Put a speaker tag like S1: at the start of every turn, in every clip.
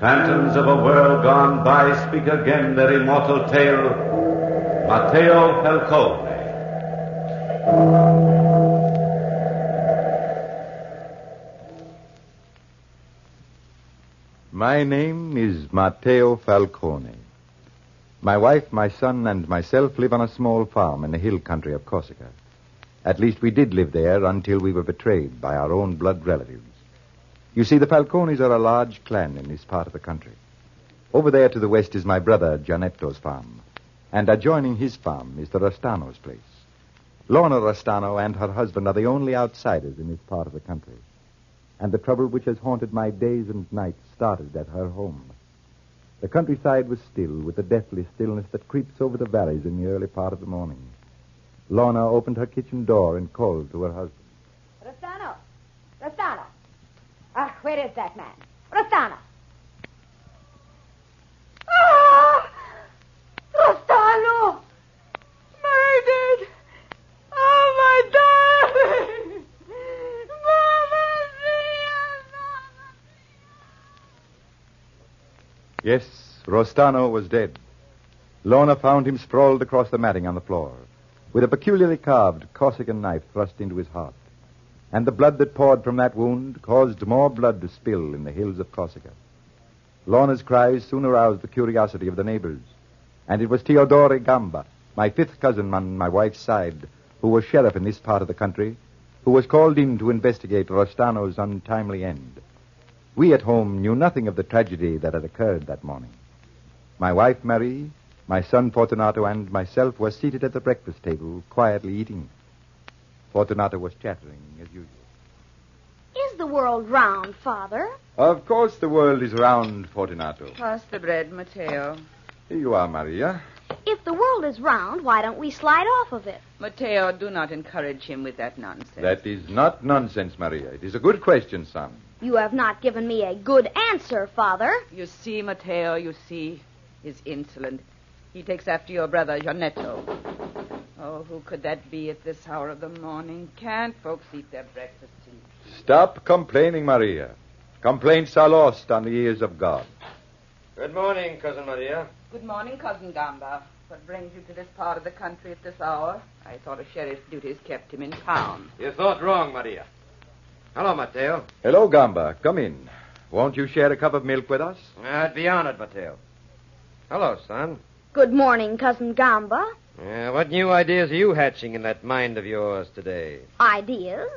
S1: phantoms of a world gone by speak again their immortal tale. Matteo Falcone.
S2: My name is Matteo Falcone. My wife, my son, and myself live on a small farm in the hill country of Corsica. At least we did live there until we were betrayed by our own blood relatives. You see, the Falcones are a large clan in this part of the country. Over there to the west is my brother Gianetto's farm, and adjoining his farm is the Rastano's place. Lorna Rastano and her husband are the only outsiders in this part of the country, and the trouble which has haunted my days and nights started at her home. The countryside was still with the deathly stillness that creeps over the valleys in the early part of the morning. Lorna opened her kitchen door and called to her husband.
S3: Rostano! Rostano! Ah, where is that man? Rostano! Ah! Rostano! Murdered! Oh, my darling! Mamma mia! Mamma
S2: Yes, Rostano was dead. Lorna found him sprawled across the matting on the floor, with a peculiarly carved Corsican knife thrust into his heart. And the blood that poured from that wound caused more blood to spill in the hills of Corsica. Lorna's cries soon aroused the curiosity of the neighbors, and it was Teodore Gamba, my fifth cousin on my wife's side, who was sheriff in this part of the country, who was called in to investigate Rostano's untimely end. We at home knew nothing of the tragedy that had occurred that morning. My wife, Marie, my son, Fortunato, and myself were seated at the breakfast table, quietly eating. Fortunato was chattering, as usual.
S4: Is the world round, Father?
S2: Of course, the world is round, Fortunato.
S5: Pass the bread, Matteo.
S2: Here you are, Maria.
S4: If the world is round, why don't we slide off of it?
S5: Matteo, do not encourage him with that nonsense.
S2: That is not nonsense, Maria. It is a good question, son.
S4: You have not given me a good answer, Father.
S5: You see, Matteo, you see. He's insolent. He takes after your brother, Gianetto. Oh, who could that be at this hour of the morning? Can't folks eat their breakfast in
S2: Stop complaining, Maria. Complaints are lost on the ears of God.
S6: Good morning, Cousin Maria.
S5: Good morning, Cousin Gamba. What brings you to this part of the country at this hour? I thought a sheriff's duties kept him in town.
S6: You thought wrong, Maria. Hello, Matteo.
S2: Hello, Gamba. Come in. Won't you share a cup of milk with us?
S6: I'd be honored, Matteo. Hello, son.
S4: Good morning, Cousin Gamba.
S6: Yeah, what new ideas are you hatching in that mind of yours today?
S4: Ideas?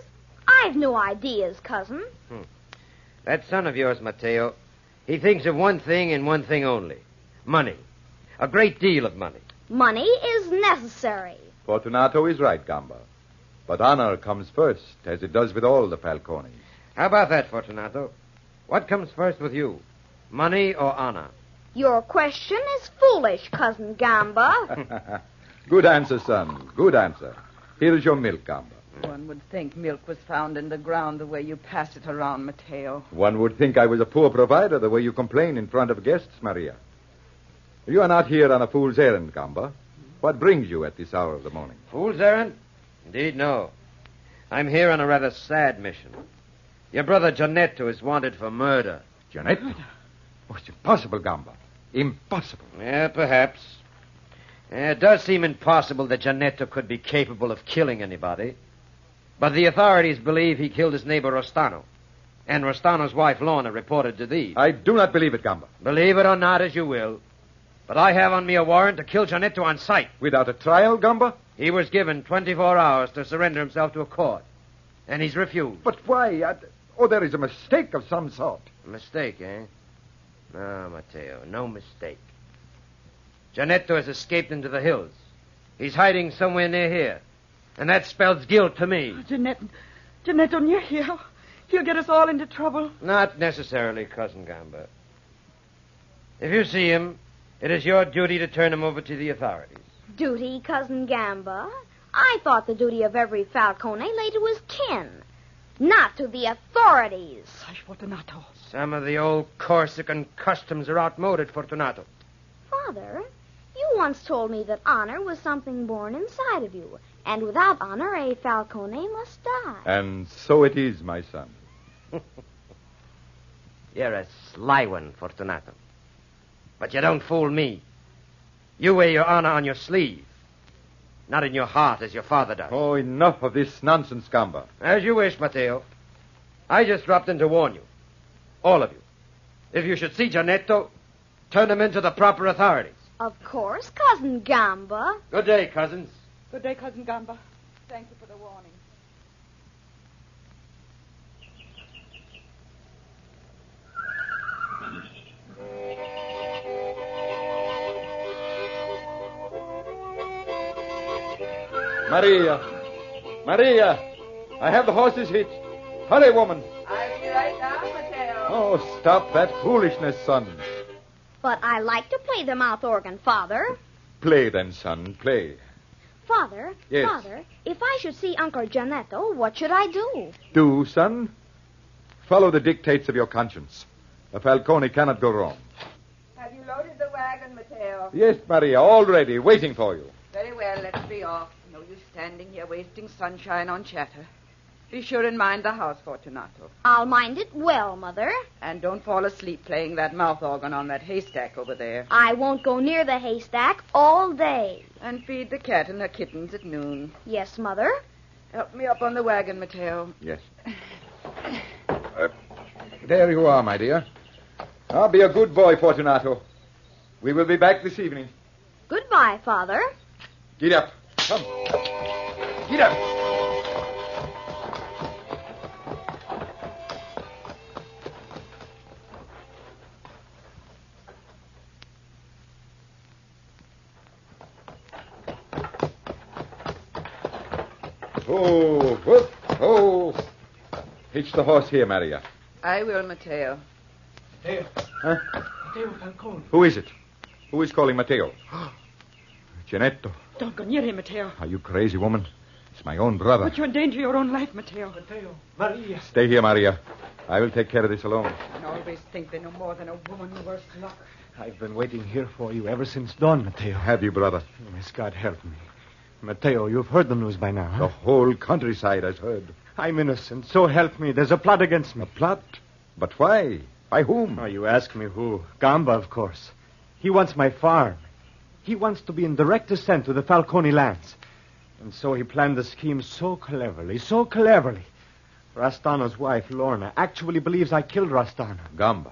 S4: I've no ideas, Cousin.
S6: That son of yours, Matteo, he thinks of one thing and one thing only money. A great deal of money.
S4: Money is necessary.
S2: Fortunato is right, Gamba. But honor comes first, as it does with all the Falcones.
S6: How about that, Fortunato? What comes first with you? Money or honor?
S4: Your question is foolish, Cousin Gamba.
S2: Good answer, son. Good answer. Here is your milk, Gamba.
S5: One would think milk was found in the ground the way you pass it around, Matteo.
S2: One would think I was a poor provider the way you complain in front of guests, Maria. You are not here on a fool's errand, Gamba. What brings you at this hour of the morning?
S6: Fool's errand? Indeed, no. I'm here on a rather sad mission. Your brother Giannetto is wanted for murder.
S2: Janet? Oh, it's impossible, Gamba. Impossible.
S6: Yeah, perhaps. Yeah, It does seem impossible that Giannetto could be capable of killing anybody. But the authorities believe he killed his neighbor Rostano. And Rostano's wife Lorna reported to these.
S2: I do not believe it, Gamba.
S6: Believe it or not, as you will. But I have on me a warrant to kill Giannetto on sight.
S2: Without a trial, Gamba?
S6: He was given 24 hours to surrender himself to a court. And he's refused.
S2: But why? I... Oh, there is a mistake of some sort.
S6: Mistake, eh? No, Matteo, no mistake. Giannetto has escaped into the hills. He's hiding somewhere near here. And that spells guilt to me.
S5: Jeanette, Jeanette, near here. He'll get us all into trouble.
S6: Not necessarily, Cousin Gamba. If you see him, it is your duty to turn him over to the authorities.
S4: duty, Cousin Gamba. I thought the duty of every Falcone lay to his kin, not to the authorities.
S5: Fortunato.
S6: Some of the old Corsican customs are outmoded, Fortunato.
S4: Father, you once told me that honor was something born inside of you, and without honor, a Falcone must die.
S2: And so it is, my son.
S6: You're a sly one, Fortunato. But you don't fool me. You wear your honor on your sleeve, not in your heart as your father does.
S2: Oh, enough of this nonsense, Gamba.
S6: As you wish, Matteo. I just dropped in to warn you. All of you. If you should see Giannetto, turn him into the proper authorities.
S4: Of course, Cousin Gamba.
S6: Good day, cousins.
S5: Good day, Cousin Gamba. Thank you for the warning.
S2: Maria! Maria! I have the horses hitched. Hurry, woman.
S5: I'll be right down, Matteo.
S2: Oh, stop that foolishness, son.
S4: But I like to play the mouth organ, Father.
S2: Play then, son, play.
S4: Father,
S2: Yes.
S4: Father, if I should see Uncle Giannetto, what should I do?
S2: Do, son. Follow the dictates of your conscience. A Falcone cannot go wrong.
S5: Have you loaded the wagon, Matteo?
S2: Yes, Maria, already waiting for you.
S5: Very well, let's be off. No use standing here wasting sunshine on chatter. Be sure and mind the house, Fortunato.
S4: I'll mind it well, Mother.
S5: And don't fall asleep playing that mouth organ on that haystack over there.
S4: I won't go near the haystack all day.
S5: And feed the cat and her kittens at noon.
S4: Yes, Mother.
S5: Help me up on the wagon, Matteo.
S2: Yes. Uh, there you are, my dear. I'll be a good boy, Fortunato. We will be back this evening.
S4: Goodbye, Father.
S2: Get up. Come. Get up. Oh, whoop, oh. Hitch the horse here, Maria.
S5: I will, Matteo.
S2: Huh? Who is it? Who is calling Matteo? Gianetto.
S5: Don't go near him, Matteo.
S2: Are you crazy, woman? It's my own brother.
S5: you endanger your own life, Matteo.
S2: Stay here, Maria. I will take care of this alone.
S5: I always think they know more than a woman, worse luck.
S7: I've been waiting here for you ever since dawn, Matteo.
S2: Have you, brother?
S7: Oh, Miss God help me. Matteo, you've heard the news by now.
S2: The
S7: Huh?
S2: whole countryside has heard.
S7: I'm innocent, so help me. There's a plot against me.
S2: A plot? But why? By whom?
S7: Oh, you ask me who? Gamba, of course. He wants my farm. He wants to be in direct descent to the Falcone lands. And so he planned the scheme so cleverly, so cleverly. Rastano's wife, Lorna, actually believes I killed Rastano.
S2: Gamba.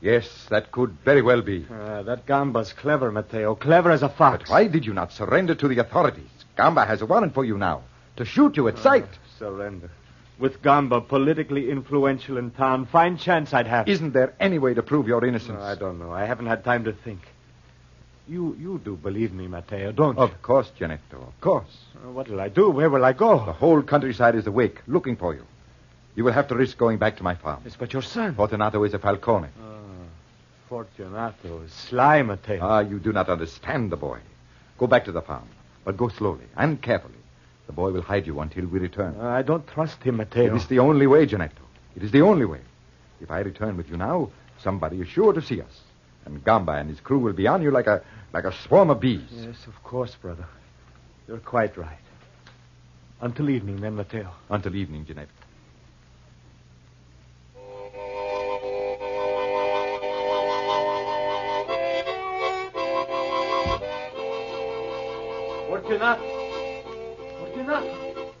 S2: Yes, that could very well be.
S7: Ah, that Gamba's clever, Matteo. Clever as a fox.
S2: But why did you not surrender to the authorities? Gamba has a warrant for you now to shoot you at sight.
S7: Surrender. With Gamba politically influential in town, fine chance I'd have.
S2: Isn't there any way to prove your innocence?
S7: No, I don't know. I haven't had time to think. You you do believe me, Matteo, don't you?
S2: Of course, Gianetto, of course.
S7: Uh, What'll I do? Where will I
S2: The
S7: go?
S2: whole countryside is awake, looking for you. You will have to risk going back to my farm.
S7: Yes, but your son.
S2: Fortunato is a Falcone.
S7: Fortunato is sly, Matteo.
S2: Ah, you do not understand the boy. Go back to the farm, but go slowly and carefully. The boy will hide you until we return.
S7: Uh, I don't trust him,
S2: it
S7: Matteo.
S2: is the only way, Janetto. It is the only way. If I return with you now, somebody is sure to see us. And Gamba and his crew will be on you like a like a swarm of bees.
S7: Yes, of course, brother. You're quite right. Until evening, then, Matteo.
S2: Until evening, Janetto.
S7: Fortunato. Fortunato.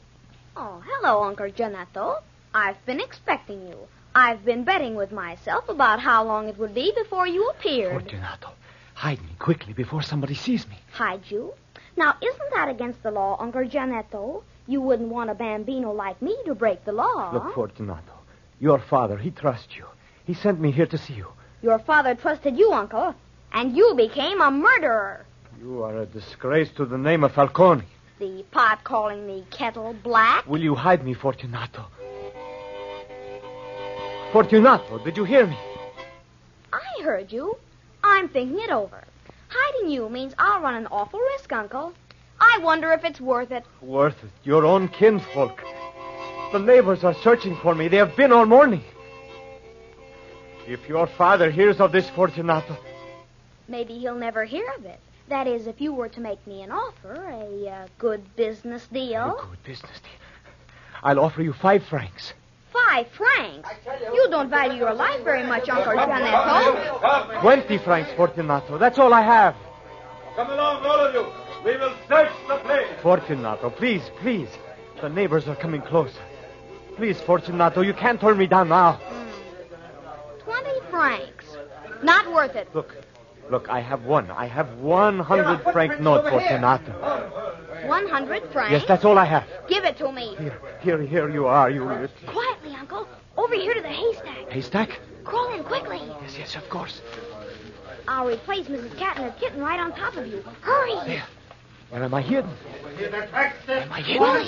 S4: Oh, hello, Uncle Giannetto. I've been expecting you. I've been betting with myself about how long it would be before you appeared.
S7: Fortunato. Hide me quickly before somebody sees me.
S4: Hide you? Now, isn't that against the law, Uncle Giannetto? You wouldn't want a bambino like me to break the law.
S7: Look, Fortunato. Your father, he trusts you. He sent me here to see you.
S4: Your father trusted you, Uncle, and you became a murderer.
S7: You are a disgrace to the name of Falcone.
S4: The pot calling the kettle black.
S7: Will you hide me, Fortunato? Fortunato, did you hear me?
S4: I heard you. I'm thinking it over. Hiding you means I'll run an awful risk, Uncle. I wonder if it's worth it.
S7: Worth it. Your own kinfolk. The neighbors are searching for me. They have been all morning. If your father hears of this, Fortunato,
S4: Maybe he'll never hear of it. That is, if you were to make me an offer, a uh, good business
S7: a
S4: deal.
S7: good business deal. I'll offer you five francs.
S4: Five Five francs. You don't value your life very much, Uncle Janetto.
S1: Come,
S7: Twenty francs Fortunato. That's all I have.
S1: come along, all of you. We will search the place.
S7: Fortunato, please, please. The neighbors are coming closer. Please, Fortunato, you can't turn me down now.
S4: Twenty francs. Not worth it.
S7: Look, look, I have one. I have one hundred franc note, Fortunato.
S4: One hundred francs.
S7: Yes, that's all I have.
S4: Give it to me.
S7: Here, here, here you are, you. you-
S4: Quietly, Uncle. Over here to the haystack.
S7: Haystack?
S4: Crawl in quickly.
S7: Yes, yes, of course.
S4: I'll replace Mrs. Cat and her kitten right on top of you. Hurry.
S7: Where am I hidden? Am I
S4: Well,
S7: hidden?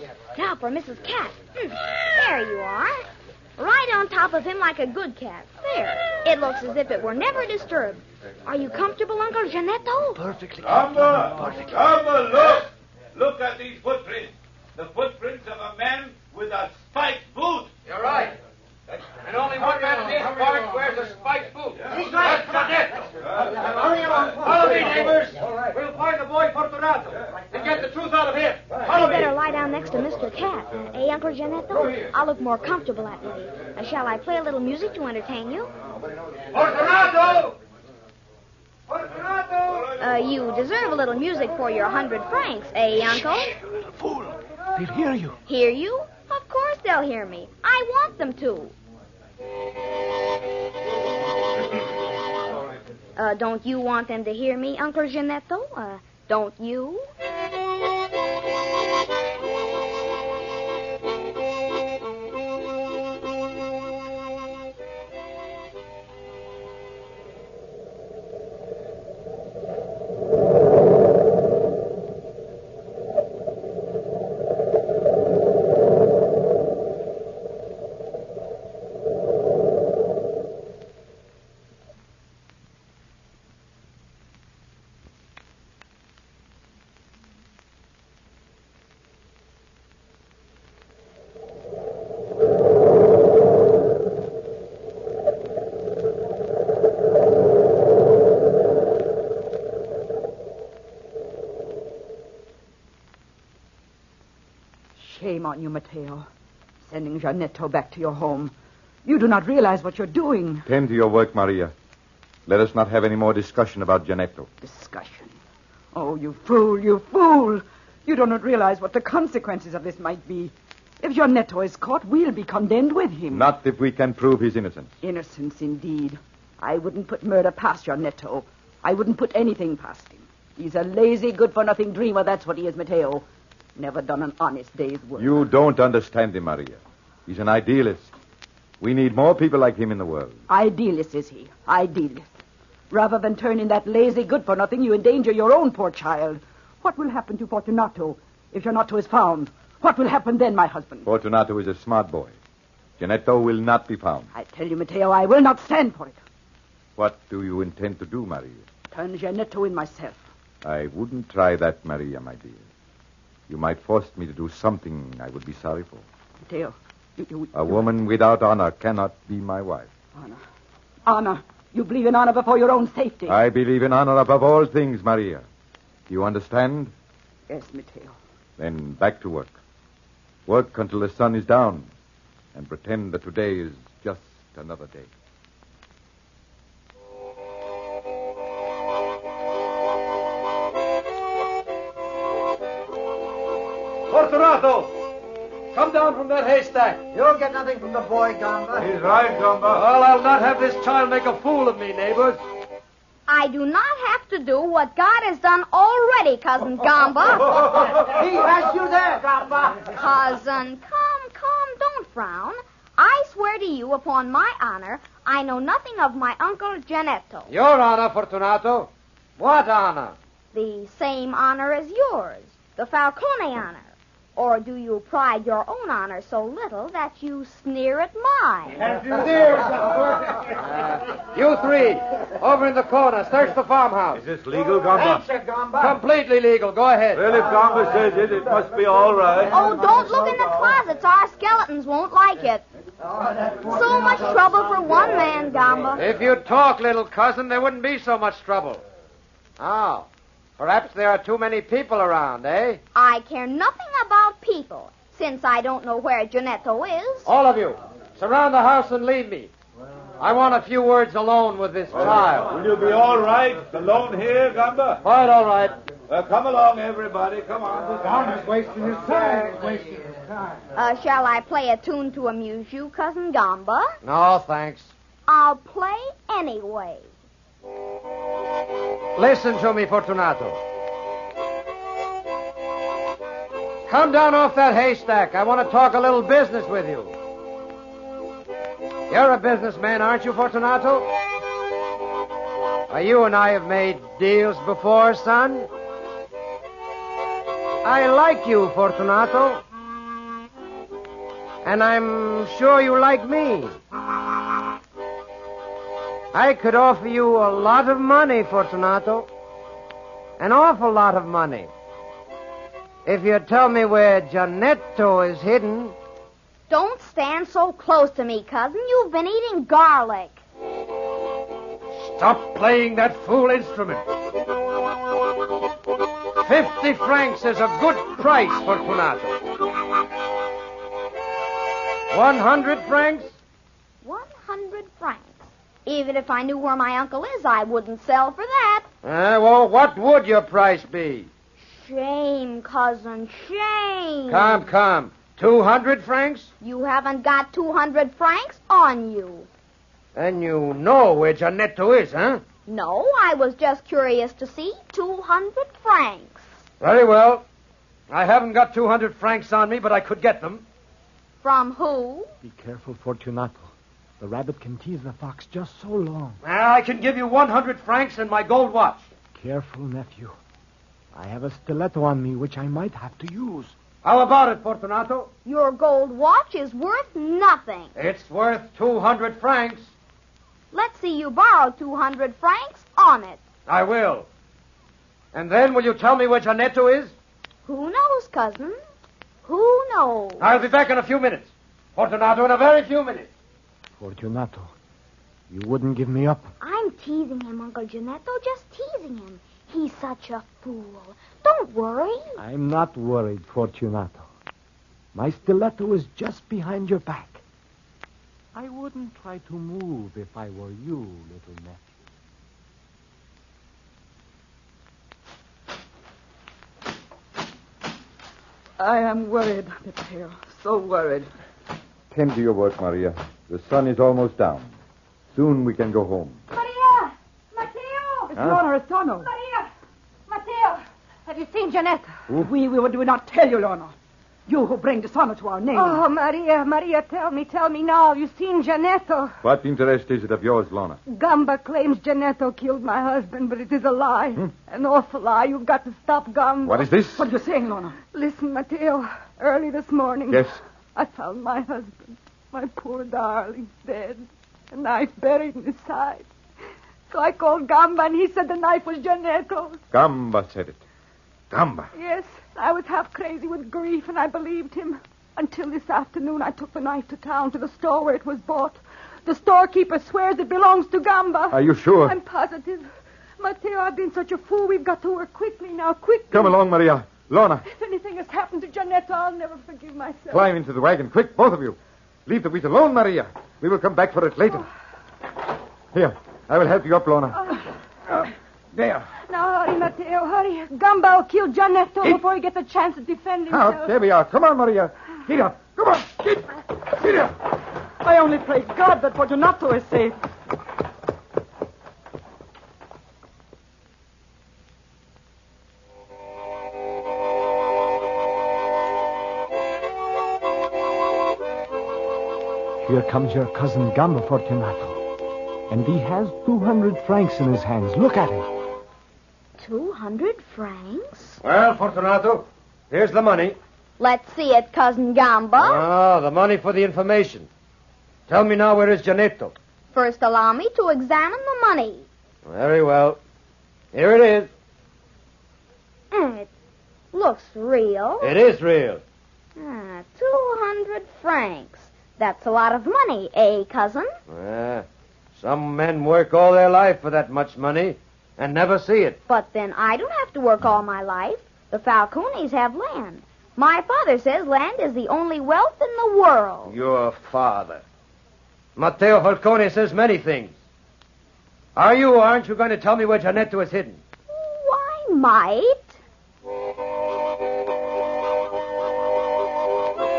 S4: here. Now for Mrs. Cat. Hmm. There you are. Right on top of him like a good cat. There. It looks as if it were never disturbed. Are you comfortable, Uncle Janetto?
S7: Perfectly.
S1: Gamba, Gamba, look. Look at these footprints. The footprints of a man with a spiked boot.
S6: You're right. And only one man in this park wears a spiked boot. He's right, Follow me, neighbors. We'll find the boy Fortunato and get the truth out of him.
S4: You better lie down next to Mr. Cat. Eh, Uncle Janetto? I'll look more comfortable that way. Now, shall I play a little music to entertain you?
S6: Fortunato!
S4: Uh, you deserve a little music for your hundred francs, eh, Uncle?
S7: They'll hear you.
S4: Hear you? Of course they'll hear me. I want them to. Uh, don't you want them to hear me, Uncle Genetto? Uh, don't you?
S5: Shame on you, Matteo. Sending Giannetto back to your home. You do not realize what you're doing.
S2: Tend to your work, Maria. Let us not have any more discussion about Janetto.
S5: Discussion. Oh, you fool, you fool. You do not realize what the consequences of this might be. If Giannetto is caught, we'll be condemned with him.
S2: Not if we can prove his innocence.
S5: Innocence, indeed. I wouldn't put murder past Giannetto. I wouldn't put anything past him. He's a lazy, good-for-nothing dreamer. That's what he is, Matteo. Never done an honest day's work.
S2: You don't understand him, Maria. He's an idealist. We need more people like him in the world.
S5: Idealist is he. Idealist. Rather than turn in that lazy good for nothing, you endanger your own poor child. What will happen to Fortunato if Giannotto is found? What will happen then, my husband?
S2: Fortunato is a smart boy. Janetto will not be found.
S5: I tell you, Matteo, I will not stand for it.
S2: What do you intend to do, Maria?
S5: Turn Giannetto in myself.
S2: I wouldn't try that, Maria, my dear. You might force me to do something I would be sorry for.
S5: Matteo, you, you,
S2: A woman without honor cannot be my wife.
S5: honor. Honor. You believe in honor before your own safety.
S2: I believe in honor above all things, Maria. Do you understand?
S5: Yes, Matteo.
S2: Then back to work. Work until the sun is down and pretend that today is just another day.
S6: Fortunato! Come down from that haystack. You'll get nothing from the boy, Gamba.
S1: He's right, Gamba.
S6: Well, I'll not have this child make a fool of me, neighbors.
S4: I do not have to do what God has done already, Cousin Gamba.
S6: He has you there, Gamba.
S4: Cousin, come, come, don't frown. I swear to you, upon my honor, I know nothing of my Uncle Janetto.
S6: Your honor, Fortunato. What honor?
S4: The same honor as yours, the Falcone honor. Or do you pride your own honor so little that you sneer at mine?
S6: You three, over in the corner, search the farmhouse.
S1: Is this legal, Gamba?
S6: Completely legal. Go ahead.
S1: Well, if Gamba says it, it must be all right.
S4: Oh, don't look in the closets. Our skeletons won't like it.
S6: Oh,
S4: So much trouble for one man, Gamba.
S6: If you'd talk, little cousin, there wouldn't be so much trouble. Now, perhaps there are too many people around, eh?
S4: I care nothing about people. since I don't know where Janetto is.
S6: All of you, surround the house and leave me. I want a few words alone with this child.
S1: Will you be all right alone here, Gamba?
S6: All right, all right.
S1: Uh, come along, everybody. Come on.
S7: wasting his time. Wasting his time.
S4: Uh, shall I play a tune to amuse you, Cousin Gamba?
S6: No, thanks.
S4: I'll play anyway.
S6: Listen to me, Fortunato. Come down off that haystack. I want to talk a little business with you. You're a businessman, aren't you, Fortunato? Why, you and I have made deals before, son. I like you, Fortunato. And I'm sure you like me. I could offer you a lot of money, Fortunato. An awful lot of money. If you'd tell me where Giannetto is hidden.
S4: Don't stand so close to me, cousin. You've been eating garlic.
S6: Stop playing that fool instrument. Fifty francs is a good price, Fortunato. One hundred francs?
S4: 100 francs. Even if I knew where my uncle is, I wouldn't sell for that.
S6: Eh, well, what would your price be?
S4: Shame, cousin, shame.
S6: Come, come. Two hundred francs?
S4: You haven't got 200 francs on you.
S6: Then you know where Giannetto is, huh?
S4: No, I was just curious to see 200 francs.
S6: Very well. I haven't got 200 francs on me, but I could get them.
S4: From who?
S7: Be careful, Fortunato. The rabbit can tease the fox just so long.
S6: I can give you 100 francs and my gold watch.
S7: Careful, nephew. I have a stiletto on me which I might have to use.
S6: How about it, Fortunato?
S4: Your gold watch is worth nothing.
S6: It's worth 200 francs.
S4: Let's see you borrow 200 francs on it.
S6: I will. And then will you tell me where Giannetto is?
S4: Who knows, cousin? Who knows?
S6: I'll be back in a few minutes. Fortunato, in a very few minutes.
S7: Fortunato, you wouldn't give me up.
S4: I'm teasing him, Uncle Janetto, just teasing him. He's such a fool. Don't worry.
S7: I'm not worried, Fortunato. My stiletto is just behind your back. I wouldn't try to move if I were you, little nephew.
S5: I am worried, Mateo. So worried.
S2: Tend to your work, Maria. The sun is almost down. Soon we can go home.
S3: Maria! Matteo!
S5: It's
S2: Huh?
S5: Lorna Restano.
S3: Maria! Matteo! Have you seen Janetta?
S5: We, we would not tell you, Lorna. You who bring dishonor to our name.
S3: Oh, Maria, Maria, tell me, tell me now. Have you seen Janetto?
S2: What interest is it of yours, Lorna?
S3: Gamba claims Janetto killed my husband, but it is a lie. An awful lie. You've got to stop Gamba.
S2: What is this?
S5: Hmm? What are you saying, Lorna?
S3: Listen, Matteo. Early this morning.
S2: Yes.
S3: I found my husband, my poor darling, dead. A knife buried in his side. So I called Gamba, and he said the knife was Janetto's.
S2: Gamba said it. Gamba.
S3: Yes, I was half crazy with grief, and I believed him. Until this afternoon, I took the knife to town, to the store where it was bought. The storekeeper swears it belongs to Gamba.
S2: Are you sure?
S3: I'm positive. Matteo, I've been such a fool. We've got to work quickly now, quickly.
S2: Come along, Maria. Lorna,
S3: If anything has happened to Janetta, I'll never forgive myself.
S2: climb into the wagon, quick, both of you. Leave the wheat alone, Maria. We will come back for it later. Here, I will help you up, Lorna. Uh, there.
S3: Now, hurry, Matteo, hurry. Gamba will kill Janetto
S2: It-
S3: before he gets a chance to defend himself.
S2: Out, there we are. Come on, Maria. Get up. Come on. Get, get up.
S5: I only pray God that Fortunato is safe.
S7: Here comes your cousin Gamba Fortunato. And he has 200 francs in his hands. Look at him.
S4: 200 francs?
S6: Well, Fortunato, here's the money.
S4: Let's see it, Cousin Gamba.
S6: Ah, the money for the information. Tell me now where is Giannetto.
S4: First, allow me to examine the money.
S6: Very well. Here it is.
S4: Mm, it looks real.
S6: It is real.
S4: Ah, 200 francs. That's a lot of money, eh, cousin?
S6: Ah, some men work all their life for that much money and never see it.
S4: But then I don't have to work all my life. The Falconis have land.
S8: My father says land is the only wealth in the world.
S6: Your father. Matteo Falcone says many things. Are you or aren't you going to tell me where Giannetto is hidden?
S8: Why might?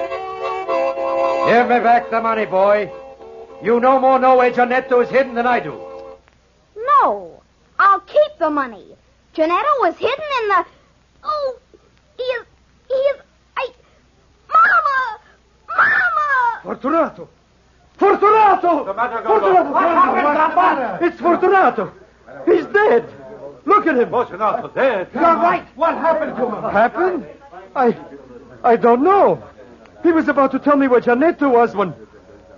S6: Give me back the money, boy. You no more know where Giannetto is hidden than I do.
S8: No. I'll keep the money. Janetta was hidden in the. Oh, he is. He is. I. Mama! Mama!
S6: Fortunato! Fortunato! Fortunato! It's Fortunato! He's dead! Look at him!
S1: Oh,
S6: Fortunato dead! You're right! What happened to him? Happened? I I don't know. He was about to tell me where Giannetto was when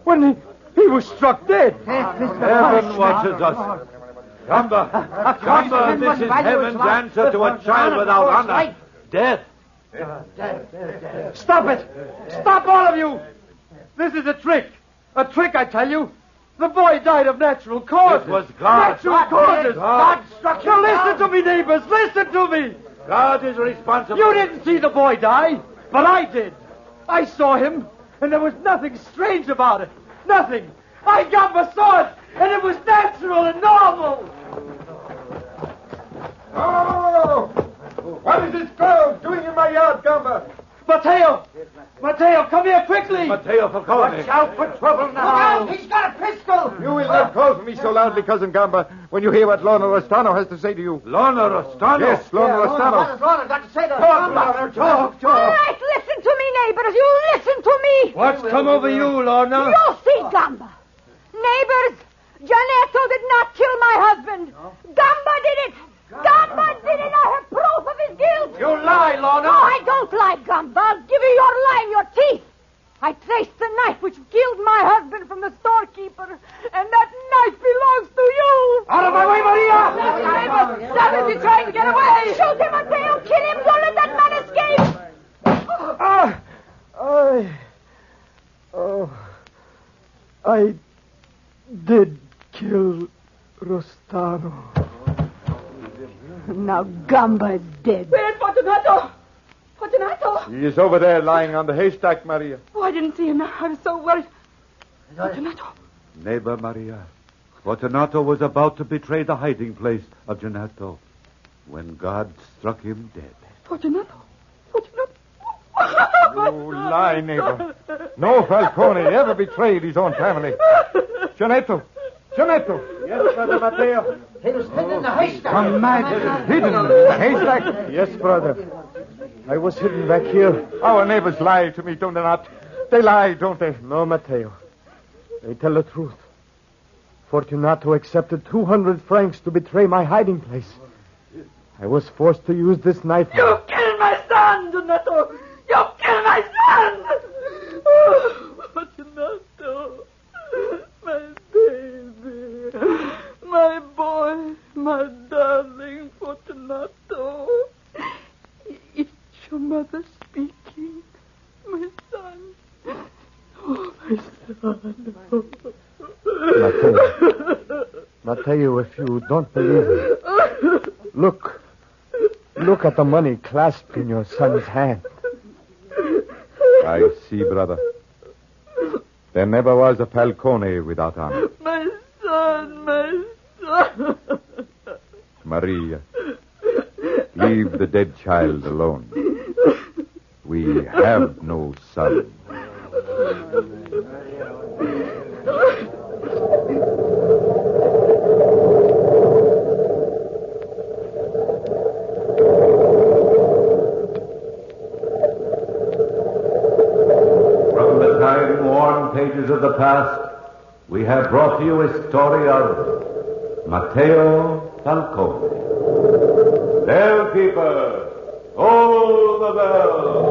S6: when he, he was struck dead.
S1: Heaven watches us. Gamba, Gamba, this is heaven's answer to a child without honor. Death.
S6: Stop it! Stop all of you! This is a trick. A trick, I tell you. The boy died of natural causes.
S1: It was God.
S6: Natural causes. God struck you. listen to me, neighbors. Listen to me.
S1: God is responsible.
S6: You didn't see the boy die, but I did. I saw him, and there was nothing strange about it. Nothing. I got my sword, and it was natural and normal.
S1: Oh! What is this girl doing in my yard, Gamba?
S6: Mateo! Mateo, come here quickly!
S1: Mateo Falcone.
S6: Watch out for trouble now!
S5: He's got a pistol!
S2: You will not call for me so loudly, Cousin Gamba, when you hear what Lorna Rostano has to say to you.
S1: Lorna Rostano?
S2: Yes, Lorna Rostano.
S6: Talk,
S4: All right, listen to me, neighbors. You listen to me.
S6: What's come over you, Lorna?
S4: You see, Gamba. Neighbors, Janetto did not kill my husband. Gamba did it. Gamba did it. I have proof of his guilt.
S6: You lie, Lorna!
S4: No, I don't lie, Gamba. I'll give you your lie and your teeth. I traced the knife which killed my husband from the storekeeper, and that knife belongs to you.
S6: Out of my way, Maria!
S4: Those neighbors, that is, trying to get away. Shoot him Mateo. kill him. Don't let that man escape.
S6: Ah, I. Oh. I did kill Rostano.
S4: Now Gamba is dead.
S5: Where's Fortunato? Fortunato?
S2: He is over there lying on the haystack, Maria.
S5: Oh, I didn't see him. I was so worried. Fortunato.
S1: Neighbor Maria, Fortunato was about to betray the hiding place of Gennetto when God struck him dead.
S5: Fortunato. Fortunato.
S2: You lie, neighbor. No Falcone ever betrayed his own family. Gianetto! Gianetto!
S1: Yes, Brother Matteo.
S5: He was hidden in the haystack.
S2: A maggot hidden in the haystack.
S7: Yes, brother. I was hidden back here.
S2: Our neighbors lie to me, don't they not? They lie, don't they?
S7: No, Matteo. They tell the truth. Fortunato accepted 200 francs to betray my hiding place. I was forced to use this knife.
S5: You killed my son, Donato. You killed my son. Oh, Fortunato. My baby. My boy. My darling oh, Fortunato. It's your mother speaking. My son. Oh, my son.
S7: Matteo. Matteo, if you don't believe me, look. Look at the money clasped in your son's hand.
S2: I see, brother. There never was a Falcone without honor.
S5: My son. My son.
S2: Maria, leave the dead child alone. We have no son.
S1: From the time worn pages of the past, we have brought you a story of Matteo Falcone. Bell people, all the bells.